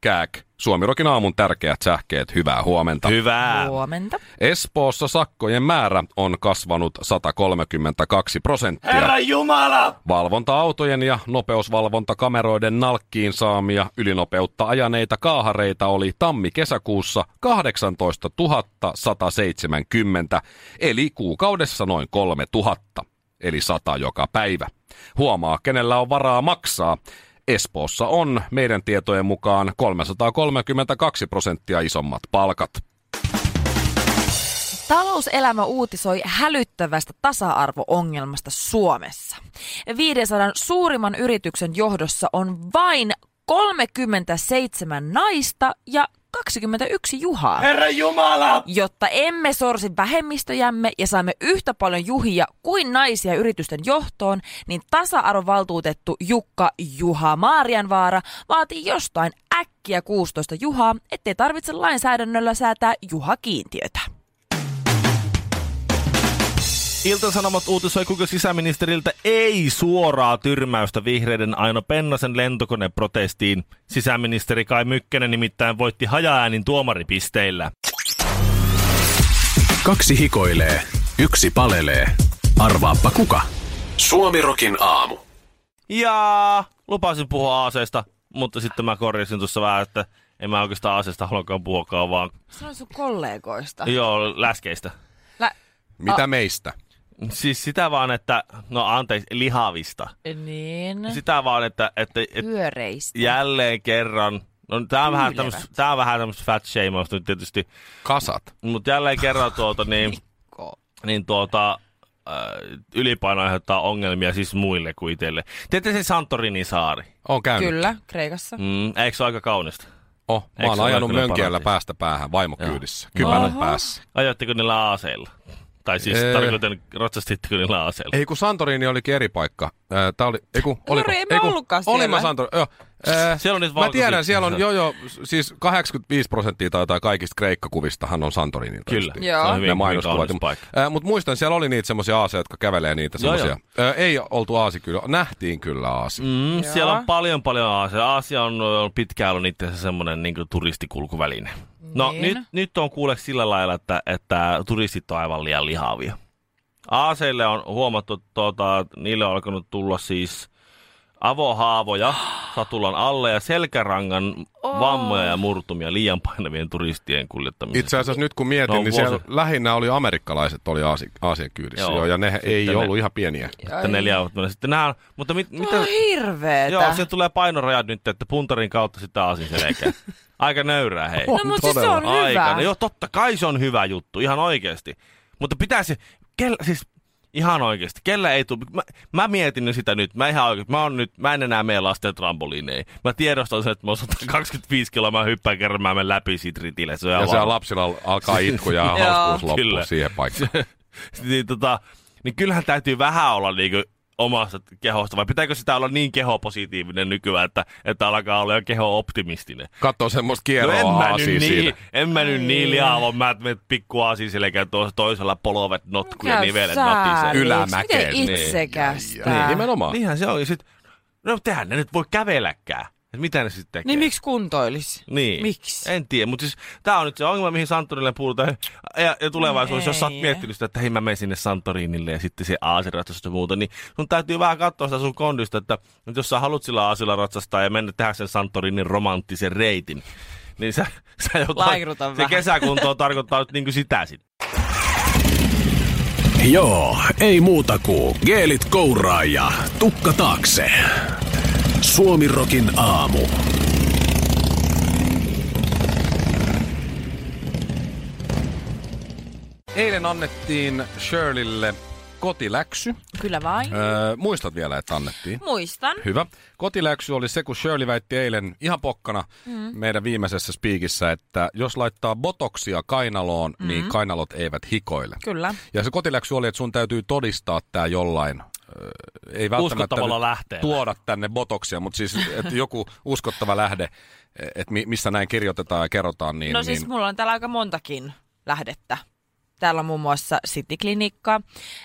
kääk. Suomirokin aamun tärkeät sähkeet, hyvää huomenta. Hyvää. Huomenta. Espoossa sakkojen määrä on kasvanut 132 prosenttia. Herra Jumala! Valvonta-autojen ja nopeusvalvontakameroiden nalkkiin saamia ylinopeutta ajaneita kaahareita oli tammi-kesäkuussa 18 170, eli kuukaudessa noin 3000, eli 100 joka päivä. Huomaa, kenellä on varaa maksaa. Espoossa on meidän tietojen mukaan 332 prosenttia isommat palkat. Talouselämä uutisoi hälyttävästä tasa-arvo-ongelmasta Suomessa. 500 suurimman yrityksen johdossa on vain 37 naista ja 21 juhaa. Herra Jumala! Jotta emme sorsi vähemmistöjämme ja saamme yhtä paljon juhia kuin naisia yritysten johtoon, niin tasa-arvovaltuutettu Jukka Juha Maarianvaara vaatii jostain äkkiä 16 juhaa, ettei tarvitse lainsäädännöllä säätää juhakiintiötä. Ilta-Sanomat uutisoi kuinka sisäministeriltä ei suoraa tyrmäystä vihreiden Aino Pennasen lentokoneprotestiin. Sisäministeri Kai Mykkänen nimittäin voitti hajaäänin tuomaripisteillä. Kaksi hikoilee, yksi palelee. Arvaappa kuka? Suomirokin aamu. Ja lupasin puhua aaseista, mutta sitten mä korjasin tuossa vähän, että en mä oikeastaan aaseista haluakaan puhuakaan, vaan Sano sun kollegoista. joo, läskeistä. Lä- Mitä meistä? Siis sitä vaan, että, no anteeksi, lihavista. niin. Sitä vaan, että, että, että Pyöreistä. jälleen kerran. No, tää on vähän Pyylevät. tämmöstä, tää on vähän tämmöstä fat shameausta nyt tietysti. Kasat. Mutta jälleen kerran tuota, niin, niin tuota, äh, ylipaino aiheuttaa ongelmia siis muille kuin itselle. Tiedätte se Santorinin saari? On käynyt. Kyllä, Kreikassa. Mm, eikö se ole aika kaunista? Oh, mä Eikö oon se ole ajanut kyllä mönkiällä paratiisi? päästä päähän vaimokyydissä, kypärän Oho. päässä. Ajoitteko niillä aaseilla? Tai siis Ee. tarkoitan, ratsastitteko niillä aaseilla? Ei kun Santorini olikin eri paikka. Äh, Tää oli, ei kun, oliko, ei me ei kun, ollutkaan Olin siellä. mä Santorini, joo. Äh, Siellä on niitä mä tiedän, valkoisia- siellä on, joo joo, s- siis 85 prosenttia tai jotain kaikista kreikkakuvistahan on Santorinilta. Kyllä. justiin. Joo. Se on Ne hyvin, Ne hyvin mainoskuvat. kaunis paikka. Äh, Mutta muistan, siellä oli niitä semmoisia aaseja, jotka kävelee niitä Joo, semmoisia. Äh, ei oltu aasi kyllä, nähtiin kyllä aasi. Mm, Joo. siellä on paljon paljon Aasia. Aasia on on pitkään ollut itse asiassa semmoinen niin turistikulkuväline. No Niin. nyt, nyt on kuule sillä lailla, että, että turistit on aivan liian lihavia. Aaseille on huomattu, että tuota, niille on alkanut tulla siis avohaavoja satulan alle ja selkärangan vammoja ja murtumia liian painavien turistien kuljettamisesta. Itse asiassa nyt kun mietin, Mm. No, niin vuosi- siellä lähinnä oli amerikkalaiset oli Aasi, Aasian kyydissä, joo. Joo. joo ja ne ei Sitten ne- ollut ihan pieniä. Että neljä autot menee. Sitten nää on, mutta mit, Mitä? mitä, On hirveetä. joo, se tulee painorajat nyt, että puntarin kautta sitä aasin selkää. Aika nöyrää hei. no mutta siis se on hyvä. aikana. No Joo, totta kai se on hyvä juttu, ihan oikeasti. Mutta pitäisi, kellä, siis ihan oikeasti, kellä ei tule. Mä, mä mietin nyt sitä nyt, mä ihan oikeasti, mä, on nyt, mä en enää mene lasten trampoliineihin. Mä tiedostan sen, että mä oon 125 kiloa, mä hyppään kerran, mä menen läpi siitä ritille. Se on Ja ihan siellä varma. lapsilla al- alkaa itku ja Joo. hauskuus loppuu Kyllä. siihen paikkaan. niin, tota, niin kyllähän täytyy vähän olla niinku omasta kehosta, vai pitääkö sitä olla niin kehopositiivinen nykyään, että, että alkaa olla jo keho-optimistinen? Katso semmoista No kierroa en no mä, nyt aasia niin, siinä. en mä nyt niin liava, mä et menet pikku aasiselkä tuossa toisella polovet notku ja Mikä nivelet sääli. natisee. Yl- Ylämäkeen, Miten niin. itsekästä. Niin, nimenomaan. Niinhän se on. Ja sit, no tehän ne nyt voi kävelläkään. Et mitä ne sitten tekee? Niin miksi kuntoilis? Niin. Miksi? En tiedä, mutta siis tää on nyt se ongelma, mihin Santorille puhutaan. Ja, ja tulevaisuudessa, jos sä oot Ei. miettinyt sitä, että hei mä menen sinne Santorinille ja sitten se aasiratsastus ja muuta, niin sun täytyy vähän katsoa sitä sun kondista, että nyt jos sä haluat sillä aasilla ratsastaa ja mennä tehdä sen Santorinin romanttisen reitin, niin sä, sä jotain, Lairuta se vähän. kesäkuntoon tarkoittaa nyt niin kuin sitä sitten. Joo, ei muuta kuin geelit kouraa ja tukka taakse. Suomirokin aamu. Eilen annettiin Shirleylle kotiläksy. Niin. Kyllä vain. Öö, muistat vielä, että annettiin? Muistan. Hyvä. Kotiläksy oli se, kun Shirley väitti eilen ihan pokkana mm. meidän viimeisessä spiikissä, että jos laittaa botoksia kainaloon, mm. niin kainalot eivät hikoile. Kyllä. Ja se kotiläksy oli, että sun täytyy todistaa tämä jollain ö, ei välttämättä Uskottavalla nyt lähteellä. tuoda tänne botoksia, mutta siis että joku uskottava lähde, että mi- missä näin kirjoitetaan ja kerrotaan, niin, No niin siis mulla on täällä aika montakin lähdettä. Täällä on muun muassa Cityklinikka,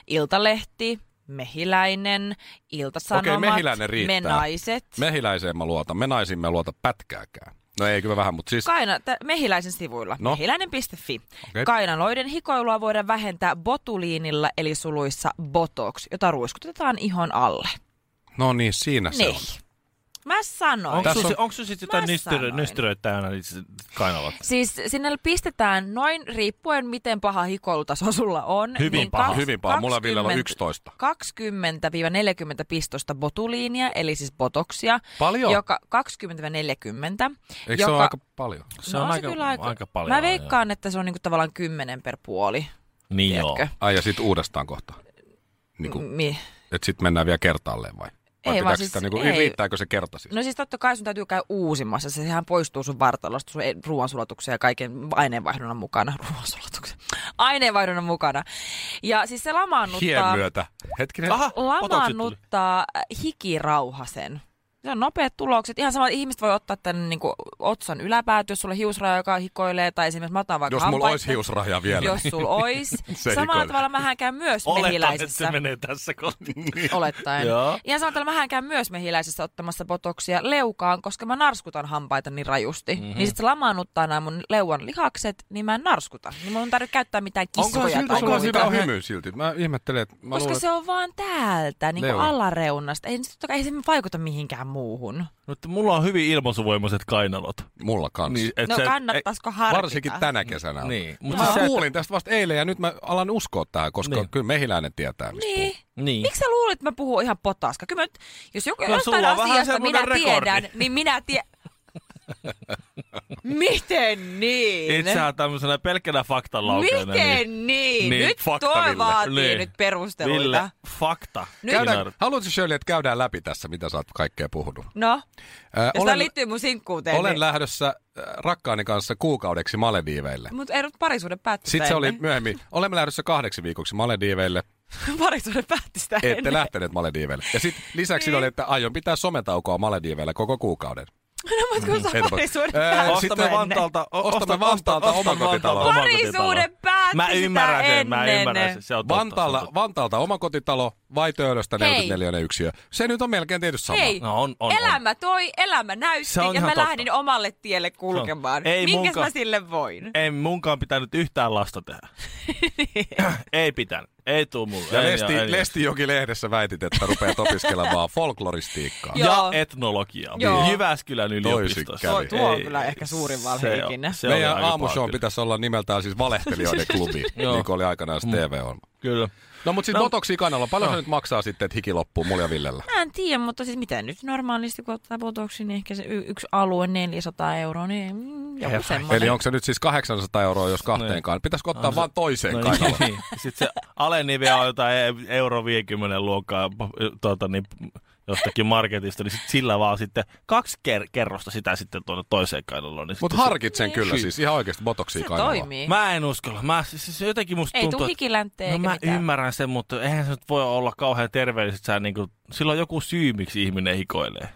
Iltalehti, Mehiläinen, Iltasanomat, Okei, Mehiläinen riittää. Me Naiset. mehiläiseen mä luotan. Me naisiin mä luota pätkääkään. No ei kyllä vähän, mutta siis Kaina, t- mehiläisen sivuilla, No. no. mehiläinen.fi. Okei. Okay. Kainaloiden hikoilua voidaan vähentää botuliinilla, eli suluissa botox, jota ruiskutetaan ihon alle. no niin, siinä se Niin. on. Mä sanoin. Onko Tässä sun, on- on... onko sun sit jotain Mä nystyrö, sanoin. nystyröitä täynnä niitä kainalat? Siis sinne pistetään noin, riippuen miten paha hikoilutaso sulla on. niin Hyvin paha. Hyvin paha. Mulla Villellä on 11. 20-40 pistosta botuliinia, eli siis botoksia. Paljon? Joka 20-40. Eikö se ole aika paljon? No, Se on aika- aika paljon, Mä veikkaan, että se on niinku tavallaan 10 per puoli. Niin Tiedätkö? Ai ja sit uudestaan kohta. Niin kuin, Mi- että sit mennään vielä kertaalleen vai? vai Ei, pitääkö vaan siis- sitä, niin kuin, ei. Riittääkö se kerta siis? No siis totta kai sun täytyy käydä uusimassa. Se, sehän poistuu sun vartalosta, sun e- ruoansulatuksen ja kaiken aineenvaihdunnan mukana. Ruoansulatuksen. Aineenvaihdunnan mukana. Ja siis se Hien lamaannuttaa, myötä. Hetkinen. Aha, otokset tuli. lamaannuttaa äh, hikirauhasen. Se on nopeat tulokset. Ihan sama, että ihmiset voi ottaa tänne niin kuin, otsan yläpääty, jos sulla on hiusraja, joka hikoilee, tai esimerkiksi mä otan vaikka Jos mulla hampaitten. olisi hiusrahja vielä. Jos sulla olisi. Se Samalla hikoilee. tavalla mähän käyn myös Oletan, että mehiläisessä se menee tässä kohtaa. olettaen. Joo. Ihan sanotaan, että mähän käyn myös mehiläisessä ottamassa botoksia leukaan, koska mä narskutan hampaita niin rajusti. Mhm. Mm-hmm. Niin sit se lamaannuttaa nämä mun leuan lihakset, niin mä en narskuta. Niin mun ei tarvitse käyttää mitään kiskoja Onko silti, tai onko muita. siinä on hymy silti? Mä ihmettelen, että mä Koska luulen, se on vaan täältä, niin kuin Leuna. alareunasta. Ei, se totta kai- ei se vaikuta mihinkään muuhun. Mutta mulla on hyvin ilmaisuvoimaiset kainalot. että mulla kanssa. Niin, et no sä- kannattaisiko harkita? Varsinkin tänä kesänä. ei- Niin. Mutta Mutta mä sä, et- kuulin tästä vasta eilen ja nyt mä alan uskoa tähän, koska Niin. kyllä mehiläinen tietää, mistä Niin. niin. Miksi sä luulet, että mä puhun ihan potaska? Kyllä mä, nyt- jos joku No, no, sulla on jostain vähän asiasta minä semmoinen rekordi. tiedän, niin minä tiedän. Miten niin? Itsehän tämmöisenä pelkkänä faktalaukeena. Niin, Miten niin? Niin, Nyt fakta, toi Ville. vaatii Niin. nyt perusteluita. Ville, fakta. Nyt- Kinar- Käydään, haluatko Shirley, että käydään läpi tässä, mitä sä oot kaikkea puhunut? No, Äh, jos tää liittyy mun sinkkuuteen, olen niin... lähdössä äh, rakkaani kanssa kuukaudeksi Malediiveille. Mut ei nyt parisuuden päätti Sitten sitä se oli ennen. myöhemmin, olemme lähdössä kahdeksi viikoksi Malediiveille, Parisuuden päätti sitä ette ennen. lähteneet Malediiveille. Ja sitten lisäksi siinä Niin. oli, että aion pitää sometaukoa Malediiveillä koko kuuden. No mut Mm, kun Ei sä tapahdu. parisuuden Ää, Äh, päätti sitten sitä ennen. Vantaalta, o- Ostamme Vantaalta ostan omakotitalon. Vantaalta Parisuuden omakotitalon. päätti Mä sitä ymmärrän sen, mä ennen. ymmärrän sen. Se on totta, se Vantaalla, on totta. Vantaalta omakotitalo vai Töölöstä Hei. 44 yksiö? Se nyt on melkein tietysti sama. Hei, No on, on, on. elämä toi, elämä näytti Se on ja ihan mä totta. lähdin omalle tielle kulkemaan. Ei Minkäs munkaan. mä sille voin? Ei munkaan pitänyt yhtään lasta tehdä. ei pitänyt. Ei tuu mulle. Ja ei, Lesti, ei, Lestijoki-lehdessä väitit, että rupeat opiskelemaan folkloristiikkaa. Ja Joo. etnologiaa. Niin, Joo. Jyväskylän yliopistossa. Toisin kävi. Tuo on kyllä ehkä suurin valhe se on- ikinä. se oli Meidän aika aamushow paha kyllä. pitäisi olla nimeltään siis valehtelijoiden klubi, niin kuin oli aikanaan Mm. se TV-ohjelma. Kyllä. No mutta siis No. no, Botoksi kanalla, paljon se nyt maksaa sitten, että hiki loppuu mulla ja Villellä? Mä en tiedä, mutta siis mitä nyt normaalisti, kun ottaa botoksi, niin ehkä se y- yksi alue 400 euroa, niin mm, joku semmoinen. Eli onko se nyt siis 800 euroa, jos kahteenkaan? Pitäisikö ottaa vain toiseen no, kainaloon? niin. Sitten se alenive on jotain e- euro 50 luokkaa p- tuota, niin, p- jostakin marketista, niin sit sillä vaan sitten kaksi ker- kerrosta sitä sitten tuonne toiseen kainaloon. Niin Mutta sitten harkitsen kyllä siis, ihan oikeasti Botoksi se kainaloon. toimii. se, mä en uskalla. Mä, siis, siis jotenkin musta Ei tuntuu, tuu että- hikilänteen No eikä mä mitään. ymmärrän sen, mutta eihän se nyt voi olla kauhean terveellistä. Sä niinku, sillä on joku syy, miksi ihminen hikoilee.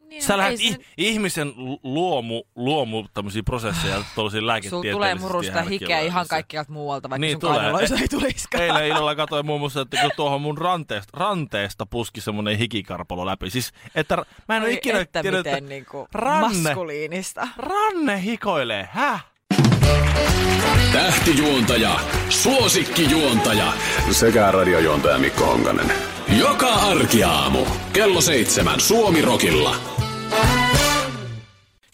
Niin, Sä ei lähdet se- ih- ihmisen lu- luomu, luomu tämmöisiä prosesseja tuollaisia Sulla lääketieteellisesti. tulee murusta ihan hikeä ihan kielellisiä. kaikkialta muualta, vaikka Niin, sun tulee. kainaloissa ei tulisikaan. Eilen illalla katsoin muun muassa, että kun tuohon mun ranteesta, ranteesta puski semmoinen hikikarpalo läpi. Siis, että ra- mä en ole Oi, ikinä että tiennyt, miten niinku ranne- maskuliinista. ranne hikoilee. Häh? Tähtijuontaja, suosikkijuontaja sekä radiojuontaja Mikko Honkanen. Joka arkiaamu kello seitsemän Suomirokilla.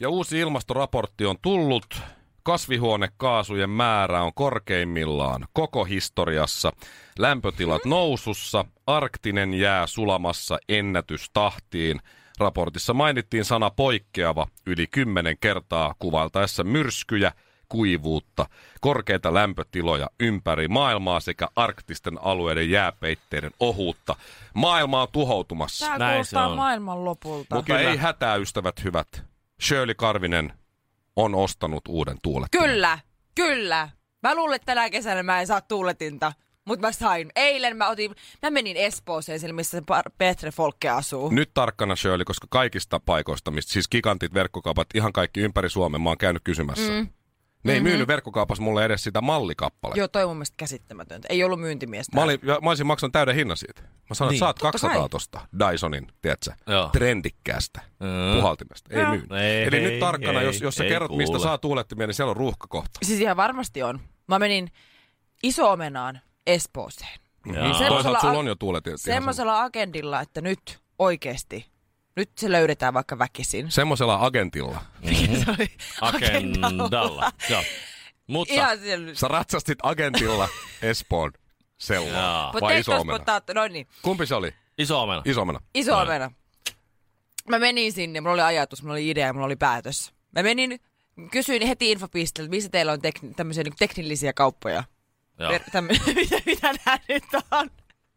Ja uusi ilmastoraportti on tullut. Kasvihuonekaasujen määrä on korkeimmillaan koko historiassa. Lämpötilat nousussa, arktinen jää sulamassa ennätystahtiin. Raportissa mainittiin sana poikkeava yli kymmenen kertaa kuvailtaessa myrskyjä, kuivuutta, korkeita lämpötiloja ympäri maailmaa sekä arktisten alueiden jääpeitteiden ohuutta. Maailma on tuhoutumassa. Tää Näin se kuulostaa on. maailman lopulta. Mutta ei hätää, ystävät hyvät. Shirley Karvinen on ostanut uuden tuulettimen. Kyllä, kyllä. Mä luulen, että tänä kesänä mä en saa tuuletinta. Mutta mä sain. Eilen mä otin, mä menin Espooseen, siellä missä se Par- Petre Folke asuu. Nyt tarkkana Shirley, koska kaikista paikoista, mistä siis gigantit, verkkokaupat, ihan kaikki ympäri Suomen, mä oon käynyt kysymässä. Mm. Ne ei mm-hmm. myynyt verkkokaupassa mulle edes sitä mallikappaletta. Joo, toi on mun mielestä käsittämätöntä. Ei ollut myyntimies Mä, olin, mä olisin maksanut täyden hinnan siitä. Mä sanoin, Niin. että saat Totta 200 kai. tosta Dysonin, tiedätkö? Joo. Trendikkäästä Mm. puhaltimesta. Ei Joo. myynyt. Ei, Eli ei, nyt tarkkana, ei, jos, jos sä ei kerrot, mistä kuule. saa tuulettimia, niin siellä on ruuhkakohta. Siis ihan varmasti on. Mä menin iso-omenaan Espooseen. Semmoisella Toisaalta sulla a- on jo tuuletin. Semmoisella agendilla, että nyt oikeesti, nyt se löydetään vaikka väkisin. Semmoisella agentilla. Se oli Agendalla. Joo. Mutta Ihan siellä. Sä ratsastit agentilla Espoon sellaa vai Potatoes, iso omena? potato- No niin, Kumpi se oli? iso omena. Iso omena. iso omena. Mä menin sinne, mulla oli ajatus, mulla oli idea, mulla oli päätös. Mä menin, kysyin heti infopisteeltä, missä teillä on tek- tämmöisiä niin teknillisiä kauppoja. Joo. Per- tämmö- mitä, mitä nää nyt on?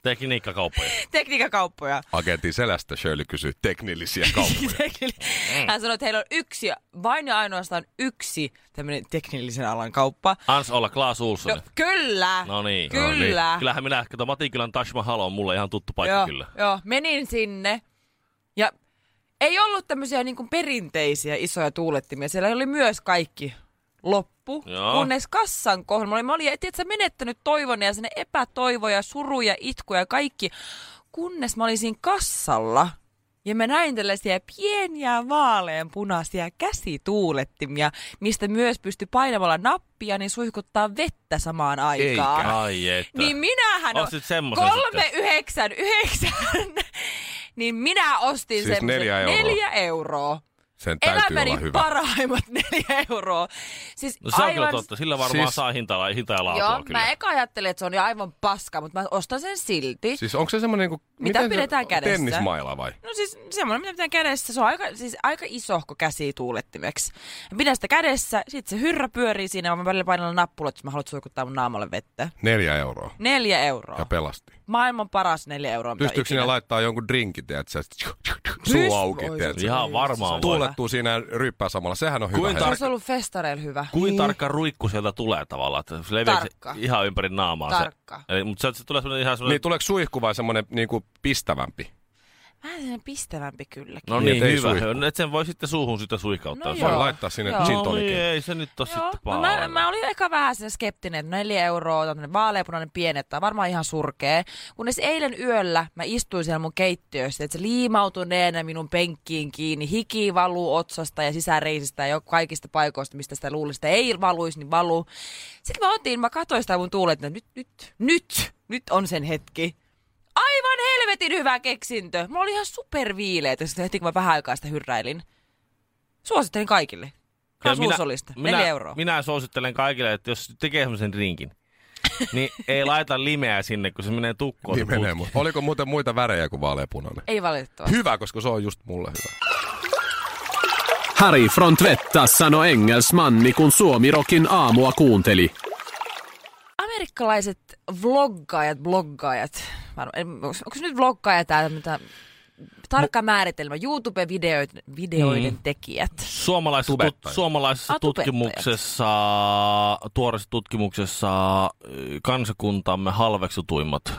Tekniikkakauppoja. Tekniikakauppoja. Agentin selästä Shirley kysyi teknillisiä kauppoja. Mm. Hän sanoi, että heillä on yksi, vain ja ainoastaan yksi tämmöinen teknillisen alan kauppa. Ans olla Klaas Ulsson. No, kyllä. No niin. Kyllä. Kyllähän minä, kato Matinkylän Taj Mahal on mulle ihan tuttu paikka joo, kyllä. joo, menin sinne. Ja ei ollut tämmöisiä niin perinteisiä isoja tuulettimia. Siellä oli myös kaikki loppu. Joo. Kunnes kassan kohdalla. Mä olin, mä olin tiedätkö, menettänyt toivon ja sinne epätoivoja, suruja, itkuja ja kaikki. Kunnes mä olin siinä kassalla. Ja mä näin tällaisia pieniä vaaleanpunaisia käsituulettimia, mistä myös pystyi painamalla nappia, niin suihkuttaa vettä samaan aikaan. Ai että. Niin minähän Ostit semmosen kolme yhdeksän yhdeksän, niin minä ostin Siis semmosen neljä euroa. neljä euroa. Sen täytyy olla Elämäni hyvä. parhaimmat neljä euroa. Siis No se on aivan... kyllä totta. Sillä varmaan Siis- saa hintaa, hintaa ja laatua Joo, kyllä. mä eka ajattelin, että se on jo aivan paska, mutta mä ostan sen silti. Siis onko se semmoinen, kuin, Mitä miten se- pidetään kädessä? Tennismaila vai? No siis semmoinen, mitä pitää kädessä. Se on aika, siis aika isohko käsi tuulettimeksi. Mä Pidän sitä kädessä, sit se hyrrä pyörii siinä, ja mä välillä painella nappulat, jos mä haluan suikuttaa mun naamalle vettä. Neljä euroa. Neljä euroa. Ja pelasti. Maailman paras neljä euroa. mitä Pystyykö sinne ikinä- laittaa jonkun drinkin, tiedätkö? Pyst- Suu auki, Oi, tiedätkö? se- Ihan varmaan se- voi. Tuulettuu siinä ryppää samalla. Sehän on hyvä. Kuinka Se hetki. olisi ollut festareilla hyvä. Kuin tarkka ruikku sieltä tulee tavallaan. Että se leviää Mm. Tarkka. se ihan ympäri naamaa Tarkka. se. Eli, mutta se tulee semmoinen ihan semmoinen... Niin tuleeko suihku vai semmoinen niinku pistävämpi? Vähän sen pistävämpi kylläkin. no niin, niin, et ei hyvä. suihku. Et sen voi sitten suuhun sitä suikauttaa. No Se Voi Joo. laittaa sinne Joo. gin No niin, tonikin. ei se nyt ole Joo, sitten no paha. mä, mä, olin eka vähän sen skeptinen, että neljä euroa, tämmönen vaaleapunainen pieni, että on varmaan ihan surkea. Kunnes eilen yöllä mä istuin siellä mun keittiössä, että se liimautuneena minun penkkiin kiinni, hiki valuu otsasta ja sisäreisistä ja jo kaikista paikoista, mistä sitä luulisi, että ei valuisi, niin valuu. Sitten mä otin, mä katsoin sitä mun tuulet, että nyt, nyt, nyt, nyt on sen hetki. Aivan helvetin hyvä keksintö. Mulla oli ihan superviileet, ja sitten heti kun mä vähän aikaa sitä hyrräilin. Suosittelen kaikille. Ja Klaus Ulsolista. minä, Neljä euroa. minä suosittelen kaikille, että jos tekee semmoisen drinkin, niin ei laita limeä sinne, kun se menee tukkoon. Niin se menee putki. mu- Oliko muuten muita värejä kuin vaaleapunainen? Ei valitettavasti. Hyvä, koska se on just mulle hyvä. Harry från Tvätta sanoi engelsmanni, kun Suomirokin aamua kuunteli. Amerikkalaiset vloggaajat, bloggaajat, varma- en- onko onko se nyt vloggaaja tämä mitä, tarkka määritelmä, YouTube-videoiden videoiden Niin. Mm. tekijät. Suomalaisessa, tut, Tubettajat. suomalaisessa Ah, tubettajat. tutkimuksessa, tuoreessa tutkimuksessa ö, kansakuntamme halveksutuimmat,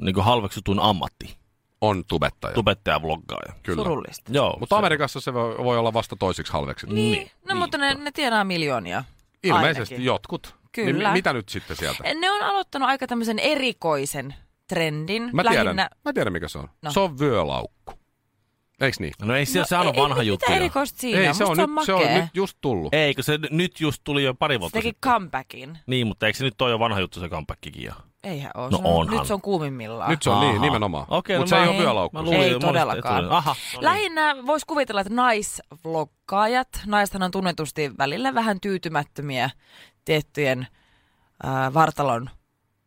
niin kuin halveksutuin ammatti, On tubettaja. tubettaja-vloggaaja. Kyllä. Surullista. Joo, Mutta Amerikassa se voi voi olla vasta toisiksi halveksittu. Niin, no mutta ne, ne tienaa miljoonia. Ilmeisesti ainakin. jotkut. Kyllä. Niin mi- mitä nyt sitten sieltä? Ne on aloittanut aika tämmöisen erikoisen trendin. Mä tiedän, Lähinnä... mä tiedän mikä se on. No. Se on vyölaukku. Eiks niin? No ei se, no, sehän on ei- ei vanha juttu. Mitä jo. erikoista siinä? Ei, Musta se on, nyt, se on makea. nyt just tullut. Eikö se n- nyt just tuli jo pari Se vuotta teki sitten? comebackin. Niin, mutta eikö se nyt ole jo vanha juttu se comebackikin jo? Eihän ole. No se on, onhan. nyt se on kuumimmillaan. Nyt se on Aha. niin, nimenomaan. Okei, Mutta no se ei mä- ole vyölaukku. mä luulin, Ei monesti todellakaan. etulinja. Aha, no niin. Lähinnä voisi kuvitella, että naisvloggaajat, naistahan on tunnetusti välillä vähän tyytymättömiä tiettyjen äh, vartalon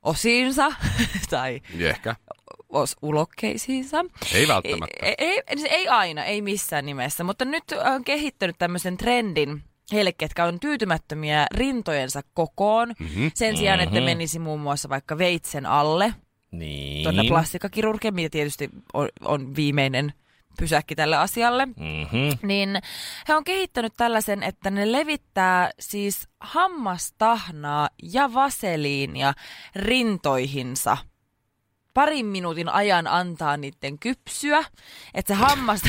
osiinsa tai Ehkä. os- ulokkeisiinsa. Ei välttämättä. Ei, ei, ei- ei aina, ei missään nimessä, mutta nyt on kehittänyt tämmöisen trendin heille, ketkä on tyytymättömiä rintojensa kokoon, mm-hmm. sen sijaan, että menisi muun muassa vaikka veitsen alle, Niin. Tuota tuonne plastikkakirurgia, mitä tietysti on, on viimeinen pysäkki tälle asialle. Mm-hmm. Niin he on kehittänyt tällaisen, että ne levittää siis hammastahnaa ja vaseliinia rintoihinsa. Parin minuutin ajan antaa niiden kypsyä, että se hammas...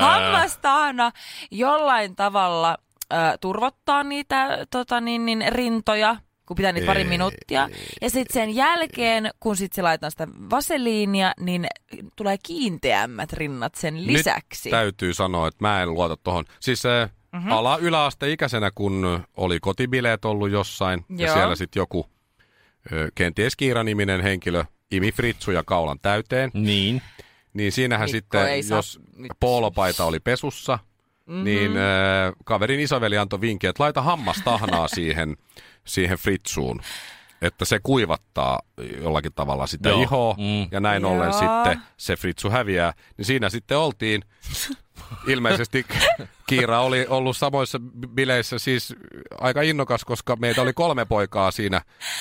hammastahna jollain tavalla ö, turvottaa niitä tota, niin, niin, rintoja, kun pitää niitä pari minuuttia. Ja sitten sen jälkeen, kun sit se laitetaan sitä vaseliinia, niin tulee kiinteämmät rinnat sen lisäksi. Nyt täytyy sanoa, että mä en luota tuohon. Siis se mm-hmm. ala yläasteikäisenä, kun oli kotibileet ollut jossain, Joo. ja Joo. siellä sitten joku ö, kenties Kiira-niminen henkilö imi fritsuja kaulan täyteen, Niin. niin siinähän Mikko sitten, ei saa jos nyt. poolopaita oli pesussa, mm-hmm. niin ö, kaverin isoveli antoi vinkin, että laita hammastahnaa siihen, siihen fritsuun. Että se kuivattaa jollakin tavalla sitä Joo. ihoa, Mm. ja näin Joo. ollen Joo. sitten se fritsu häviää. Niin siinä sitten oltiin. Ilmeisesti Kiira oli ollut samoissa bileissä siis aika innokas, koska meitä oli kolme poikaa siinä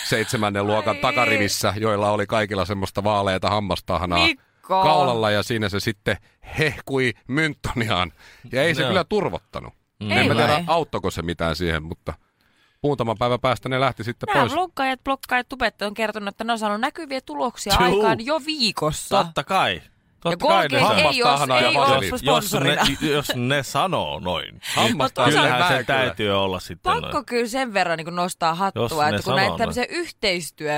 seitsemännen luokan Ai. takarivissä, joilla oli kaikilla semmoista vaaleita hammastahnaa Mikko. kaulalla ja siinä se sitten hehkui mynttoniaan. Ja ei se Joo. kyllä turvottanut. Mm. Ei en mä tiedä, vai? auttoiko se mitään siihen, mutta muutaman päivän päästä ne lähti sitten Nämä pois. blokkaajat, blokkaajat, tubettajat on kertonut, että ne on saanut näkyviä tuloksia Juu. aikaan jo viikossa. Totta kai. Totta Ja kai niin ne Colgate saa. ei oo- Hammastahnaa ja ei oo vaseliinia. jos ne, sponsorina. jos ne sanoo noin. niin Hammasta Mutta Kyllähän vähän se kyllä. täytyy olla sitten Pakko kyllä sen verran niin nostaa Jos hattua, ne että kun sanoo näitä noin. tämmöisiä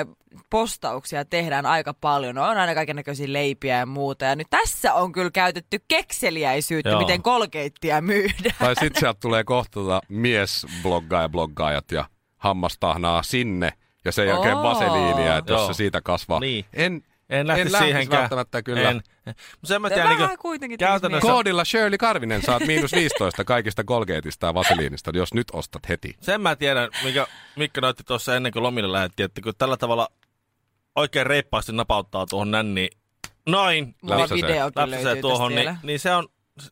yhteistyöpostauksia tehdään aika paljon, no on aina kaiken näköisiä leipiä ja muuta, ja nyt tässä on kyllä käytetty kekseliäisyyttä, Joo. miten kolkeittia myydään. Tai sitten sieltä tulee kohta tota miesbloggaaja bloggaajat ja hammastahnaa sinne ja sen jälkeen Oo. vaseliinia, että jos Joo. se siitä kasvaa. Niin. En, En lähtisi lähtisi siihenkään. välttämättä kyllä. En. Mut sen mä No tiedän, vähän niin kuitenkin käytännössä, Koodilla Shirley Karvinen saat miinus 15 kaikista kolgeetista ja vaseliinista, jos nyt ostat heti. sen mä tiedän, mikä Mikko näytti tuossa ennen kuin lomille lähdettiin, että kun tällä tavalla oikein reippaasti napauttaa tuohon nänni, noin, Mulla Läpsäsee. videokin läpsäsee löytyy tuohon, tuohon, niin, niin... niin se on, se,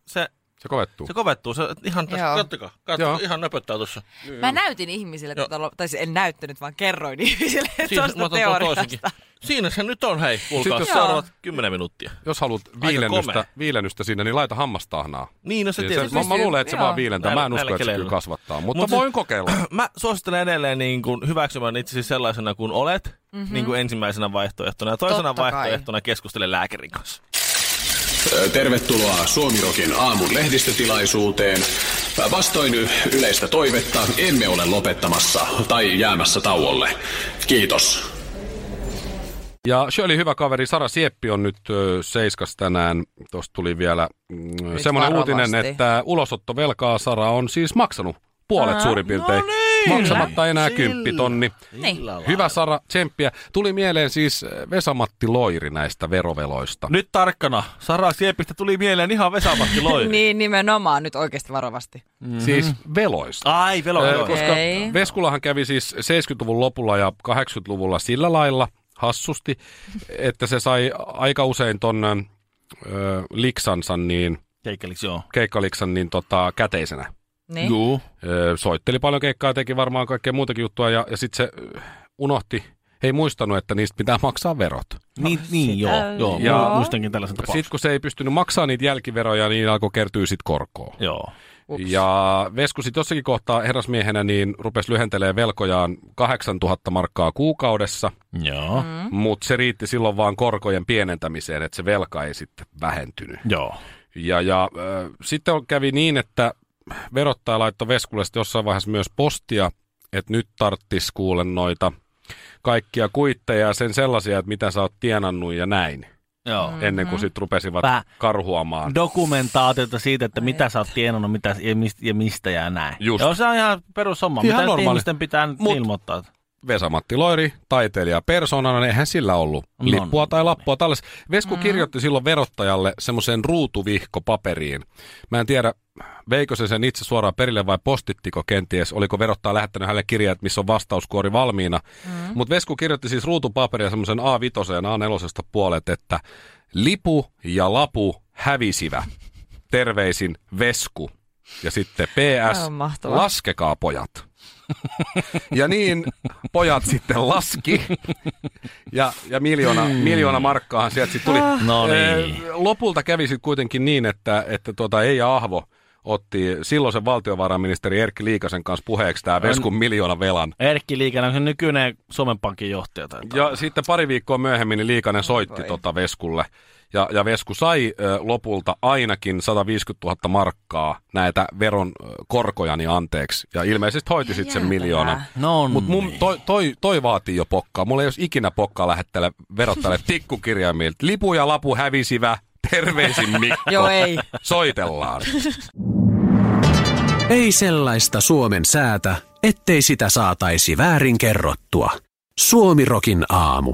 Se kovettuu. se kovettuu. Se, ihan tässä, Joo. kattokaa, Joo. kattokaa, ihan nöpöttää tuossa. Mä näytin ihmisille, Joo. tota, tai siis en näyttänyt, vaan kerroin ihmisille Siinä, Siis mä tuosta otan tuon toisenkin. teoriasta. Siinä se nyt on, hei, kuulkaa, jos- seuraavat kymmenen minuuttia. Jos haluat komea. viilennystä, viilennystä siinä, niin laita hammastahnaa. Niin, no se Siis se, tietysti. mä, mä pystyy- luulen, että se joo. vaan viilentää. Mä en Näillä- usko, näillä että se kyllä keleillä. kasvattaa, mutta Mut- voin kokeilla. mä suosittelen edelleen niin kuin hyväksymään itsesi sellaisena kuin olet, mm-hmm. niin kuin ensimmäisenä vaihtoehtona. Ja toisena Mhm. Totta kai. vaihtoehtona keskustele lääkärin kanssa. Tervetuloa Suomirokin aamun lehdistötilaisuuteen. Vastoin yleistä toivetta emme ole lopettamassa tai jäämässä tauolle. Kiitos. Ja Shirley, hyvä kaveri, Sara Sieppi on nyt ö, seiskas tänään. Tuossa tuli vielä mm, semmoinen varovasti. uutinen, että ulosottovelkaa Sara on siis maksanut puolet Aa, suurin piirtein. Maksamatta enää No niin! Sillä. kymppitonni. Niin. Hyvä Sara, tsemppiä. Tuli mieleen siis ö, Vesamatti Loiri näistä veroveloista. Nyt tarkkana. Sara Siepistä tuli mieleen ihan Vesamatti Loiri. Niin nimenomaan, nyt oikeasti varovasti. Mm-hmm. Siis veloista. Ai, velo, Ö, velo. Okei. Koska Veskulahan kävi siis 70-luvun lopulla ja 80-luvulla sillä lailla hassusti, että se sai aika usein ton ö, liksansa niin – Keikkeliksi, joo. keikkaliksan niin tota, käteisenä. Niin? Juu. Öö, soitteli paljon keikkaa, teki varmaan kaikkea muutakin juttua ja, ja sitten se öö, unohti, ei muistanut, että niistä pitää maksaa verot. Niin, niin joo. Öö, joo. Ja- Mä Muistankin tällaisen tapauksen. Sitten kun se ei pystynyt maksamaan niitä jälkiveroja, niin alkoi kertyä sitten korkoa. Joo. Ups. Ja Vesku sitten jossakin kohtaa herrasmiehenä niin rupesi lyhentelemään velkojaan 8000 markkaa kuukaudessa, Joo. Mm. mm. mutta se riitti silloin vaan korkojen pienentämiseen, että se velka ei sitten vähentynyt. Joo. Ja, ja äh, sitten on- kävi niin, että verottaja laittoi Veskulle sitten jossain vaiheessa myös postia, että nyt tarttis kuule noita kaikkia kuitteja ja sen sellaisia, että mitä sä oot tienannut ja näin, Joo. Mm. mm-hmm. ennen kuin sitten rupesivat Pää. karhuamaan. Dokumentaatiota siitä, että mitä sä oot tienannut mitä, ja, mistä, ja mistä ja näin. Just. Joo, se on ihan perushomma. Ihan Ihan mitä normaali. normaali. ihmisten pitää nyt Mut- ilmoittaa? Vesa-Matti Loiri, taiteilija persoonana, niin eihän sillä ollut No, lippua no, tai lappua. Tällais. Vesku niin. mm. kirjoitti silloin verottajalle semmoisen ruutuvihkopaperiin. Mä en tiedä, veikö se sen itse suoraan perille vai postittiko kenties, oliko verottaja lähettänyt hänelle kirjeet, missä on vastauskuori valmiina. Mm. Mutta Vesku kirjoitti siis ruutupaperia semmoisen A5 ja A4 puolet, että lipu ja lapu hävisivä. Terveisin Vesku. Ja sitten PS, Aivan mahtavaa. laskekaa pojat. Ja niin pojat sitten laski ja, ja miljoona, miljoona markkaahan sieltä sitten tuli. Hmm. No Öö, niin. Lopulta kävi sitten kuitenkin niin, että, että tuota Eija Ahvo otti silloisen valtiovarainministeri Erkki Liikasen kanssa puheeksi tämä Veskun miljoona velan. Erkki Liikanen, onko se nykyinen Suomen Pankin johtaja tai jotain? Ja sitten pari viikkoa myöhemmin niin Liikanen soitti tota Veskulle. Ja, ja Vesku sai ö, lopulta ainakin 150 000 markkaa näitä veron ö, korkojani anteeksi. Ja ilmeisesti hoiti sitten sen miljoonan. No Mutta mun niin. toi, toi, toi, vaatii jo pokkaa. Mulla ei olisi ikinä pokkaa lähettele verottajalle tikkukirjaimilta. Lipu ja lapu hävisivä, terveisin Mikko. Joo, ei. Soitellaan. Ei sellaista Suomen säätä, ettei sitä saataisi väärin kerrottua. Suomirokin aamu.